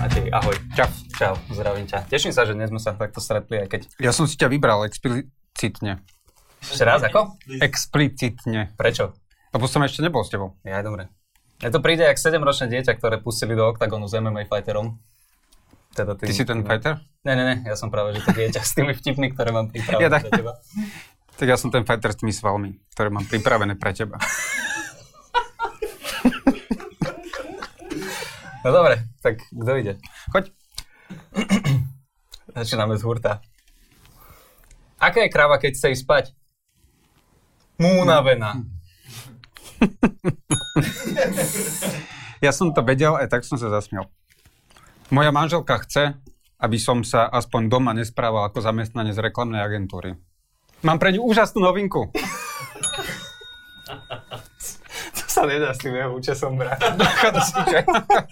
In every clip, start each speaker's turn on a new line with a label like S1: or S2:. S1: Matej, ahoj. Čau. Čau, zdravím ťa. Teším sa, že dnes sme sa takto stretli, aj keď...
S2: Ja som si ťa vybral explicitne.
S1: Ešte raz, ako?
S2: Explicitne.
S1: Prečo?
S2: Lebo som ešte nebol s tebou.
S1: Ja, dobre. Ja to príde jak 7-ročné dieťa, ktoré pustili do oktagonu s MMA fighterom. Teda
S2: Ty si ten fighter?
S1: Ne, ne, ne, ja som práve, že to dieťa s tými vtipmi, ktoré mám pripravené
S2: Ja tak-
S1: pre teba.
S2: Tak ja som ten fighter s tými svalmi, ktoré mám pripravené pre teba.
S1: No dobre, tak kto ide?
S2: Choď.
S1: Začíname z hurta. Aká je kráva, keď chce ísť spať? Múnavená.
S2: Ja som to vedel, aj tak som sa zasmial. Moja manželka chce, aby som sa aspoň doma nesprával ako zamestnanec z reklamnej agentúry. Mám pre ňu úžasnú novinku.
S1: To sa nedá s tým jeho účesom brať.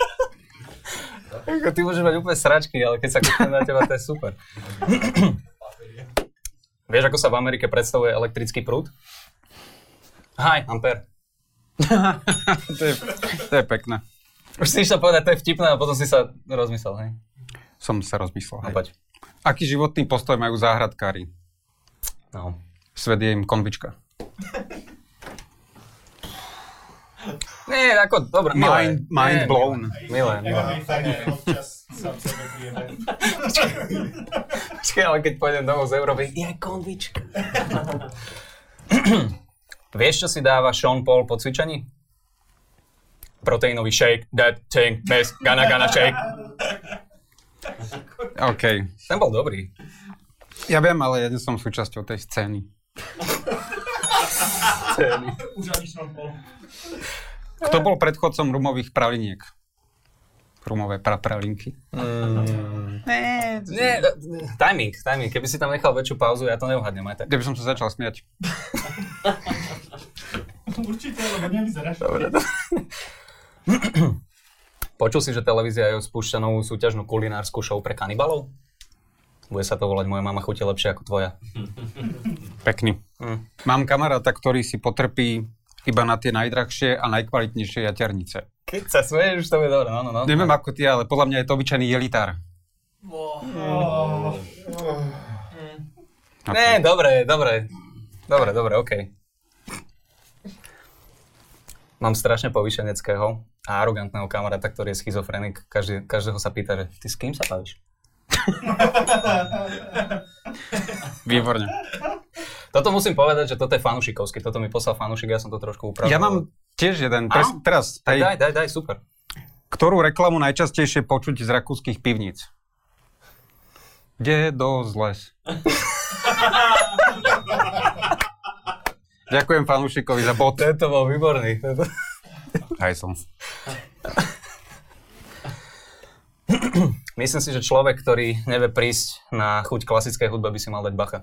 S1: Ako ty môžeš mať úplne sračky, ale keď sa kúpim na teba, to je super. Vieš, ako sa v Amerike predstavuje elektrický prúd? Hi, ampere.
S2: to, je, to je pekné.
S1: Už si išla povedať, to je vtipné, a potom si sa rozmyslel, hej?
S2: Som sa rozmyslel.
S1: No,
S2: hej.
S1: poď.
S2: Aký životný postoj majú záhradkári?
S1: No.
S2: Svet je im konvička.
S1: Nie, ako, dobre, milé.
S2: Mind,
S1: Nie,
S2: mind blown.
S1: Milé, milé.
S3: občas sám sebe príjemné.
S1: Počkaj, ale keď pôjdem domov z Európy, ja konvička. Vieš, čo si dáva Sean Paul po cvičení? Proteínový shake, that thing, mess, gana, gana, shake.
S2: OK.
S1: Ten bol dobrý.
S2: Ja viem, ale ja nie som súčasťou tej scény.
S3: Už ani som bol.
S2: Kto bol predchodcom rumových praliniek? Rumové prapralinky.
S1: Nie, timing, timing. Keby si tam nechal väčšiu pauzu, ja to neuhadnem aj tak.
S2: Kde by som sa začal smiať?
S3: Určite, lebo nevyzeráš.
S1: Počul si, že televízia je spúšťa novú súťažnú kulinárskú show pre kanibalov? Bude sa to volať Moja mama chutí lepšie ako tvoja.
S2: Pekný.
S1: Mm.
S2: Mám kamaráta, ktorý si potrpí iba na tie najdrahšie a najkvalitnejšie jaternice.
S1: Keď sa smeješ, už to je dobré, no, no, no.
S2: Neviem ako ty, ale podľa mňa je to obyčajný jelitár.
S1: Ne, dobre, dobre. Dobre, dobre, OK. Mám strašne povýšeneckého a arogantného kamaráta, ktorý je schizofrenik. Každý, každého sa pýta, že ty s kým sa bavíš?
S2: Výborne.
S1: Toto musím povedať, že toto je fanušikovský. Toto mi poslal fanušik, ja som to trošku upravil.
S2: Ja mám tiež jeden. Pres,
S1: Áno?
S2: teraz,
S1: Daj, daj,
S2: hej,
S1: daj, daj, super.
S2: ktorú reklamu najčastejšie počuť z rakúskych pivníc? Dedo z les. Ďakujem fanúšikovi za bod.
S1: Tento bol výborný. Tento...
S2: Aj som.
S1: Myslím si, že človek, ktorý nevie prísť na chuť klasickej hudbe, by si mal dať bacha.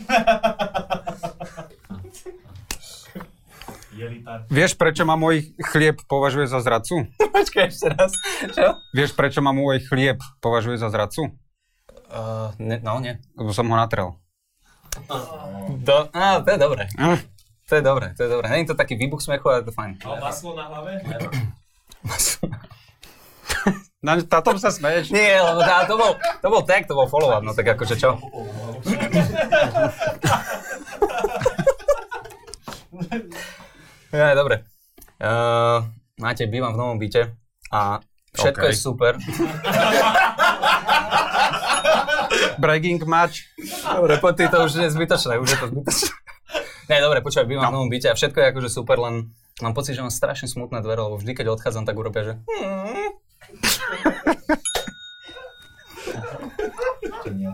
S3: Jelitár.
S2: Vieš, prečo ma môj chlieb považuje za zradcu?
S1: Počkaj ešte raz. Čo?
S2: Vieš, prečo ma môj chlieb považuje za zradcu?
S1: Uh, ne, no, nie.
S2: Lebo som ho natrel.
S1: Do, á, to je dobré.
S2: Hm.
S1: To je dobré, to je dobré. Není to taký výbuch smechu, ale je to fajn.
S3: Ale maslo na hlave?
S2: Na, na tom sa smeješ.
S1: Nie, lebo tá, to, bol, to bol tag, to bol follow-up, no tak akože čo? Ja, dobre. Uh, máte, bývam v novom byte a všetko
S2: OK.
S1: je super.
S2: Breaking match.
S1: Dobre, po ty to už je zbytočné, už je to zbytočné. Ne, dobre, počúvaj, bývam v novom byte a všetko je akože super, len mám pocit, že mám strašne smutné dvere, lebo vždy, keď odchádzam, tak urobia, že... hm,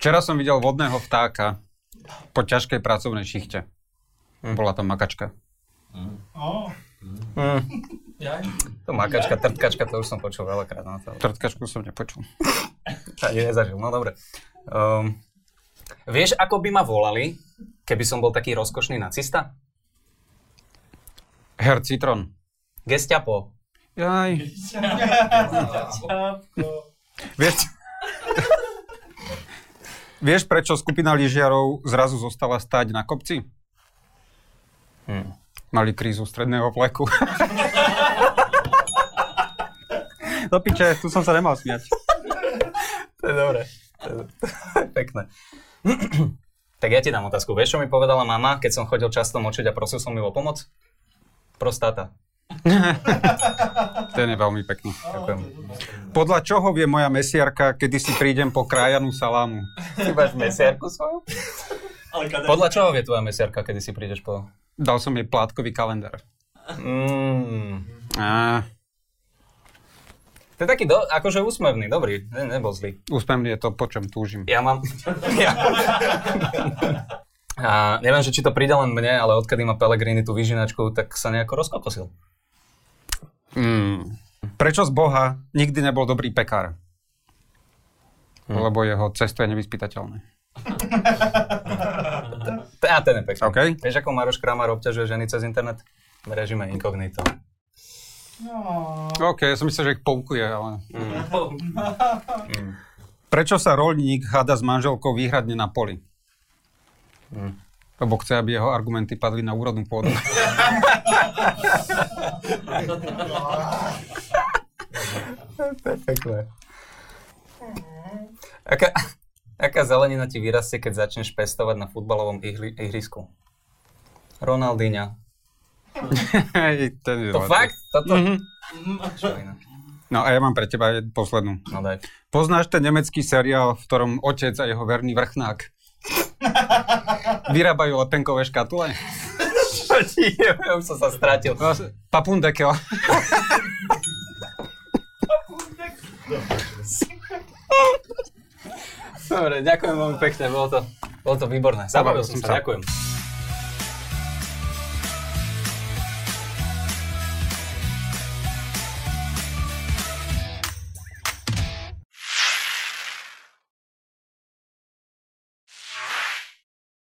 S2: Včera som videl vodného vtáka po ťažkej pracovnej šichte. Bola tam makačka.
S3: Ó,
S1: Mm,
S3: jaj.
S1: to makačka, trtkačka, to už som počul veľakrát na to.
S2: Trtkačku som nepočul.
S1: Ani nezažil, no dobre. Um, vieš, ako by ma volali, keby som bol taký rozkošný nacista?
S2: Her Citron.
S1: Gestapo.
S2: Jaj.
S3: Čapko.
S2: Vieš, vieš, prečo skupina lyžiarov zrazu zostala stáť na kopci?
S1: Hm.
S2: Mali krízu stredného vleku. Do piče, tu som sa nemal smiať.
S1: To je dobré. To je, to je pekné. tak ja ti dám otázku. Vieš, čo mi povedala mama, keď som chodil často močiť a prosil som ju o pomoc? Prostata.
S2: To je veľmi pekný.
S1: Ďakujem.
S2: Podľa čoho vie moja mesiarka, kedy si prídem po krájanú salámu?
S1: Ty máš mesiarku svoju?
S3: Ale kader...
S1: Podľa čoho vie tvoja mesiarka, kedy si prídeš po...
S2: Dal som jej plátkový kalendár.
S1: Mm.
S2: Á,
S1: To je taký, do, akože úsmevný, dobrý, ne, nebol zlý.
S2: úspevný je to, po čom túžim.
S1: Ja mám... ja. A neviem, že či to príde len mne, ale odkedy má Pellegrini tú vyžinačku, tak sa nejako rozkokosil.
S2: Mm. Prečo z Boha nikdy nebol dobrý pekár? Lebo jeho cesto je nevyspytateľné.
S1: T- A ten je pekný.
S2: OK.
S1: Vieš, ako Maroš Kramar obťažuje ženy cez internet? V režime inkognito.
S2: OK, ja som myslel, že ich poukuje, ale...
S3: No.
S2: Mm. Prečo sa rolník hada s manželkou výhradne na poli? Mm. Lebo chce, aby jeho argumenty padli na úrodnú pôdu.
S1: Pekné. Mhm. Aká, aká zelenina ti vyrastie, keď začneš pestovať na futbalovom ihli, ihrisku? Ronaldinha.
S2: Hej, ten je
S1: No, To
S2: zlatý.
S1: fakt? Toto?
S2: Mhm.
S1: Čo iné?
S2: No a ja mám pre teba jednu poslednú.
S1: No daj.
S2: Poznáš ten nemecký seriál, v ktorom otec a jeho verný vrchnák vyrábajú lepenkové škatule?
S1: Čo ti je? Už som sa stratil.
S2: Papundekel.
S3: No.
S1: Dobre, ďakujem veľmi pekne, bolo to, bolo to výborné. Zabavil som sa, ďakujem.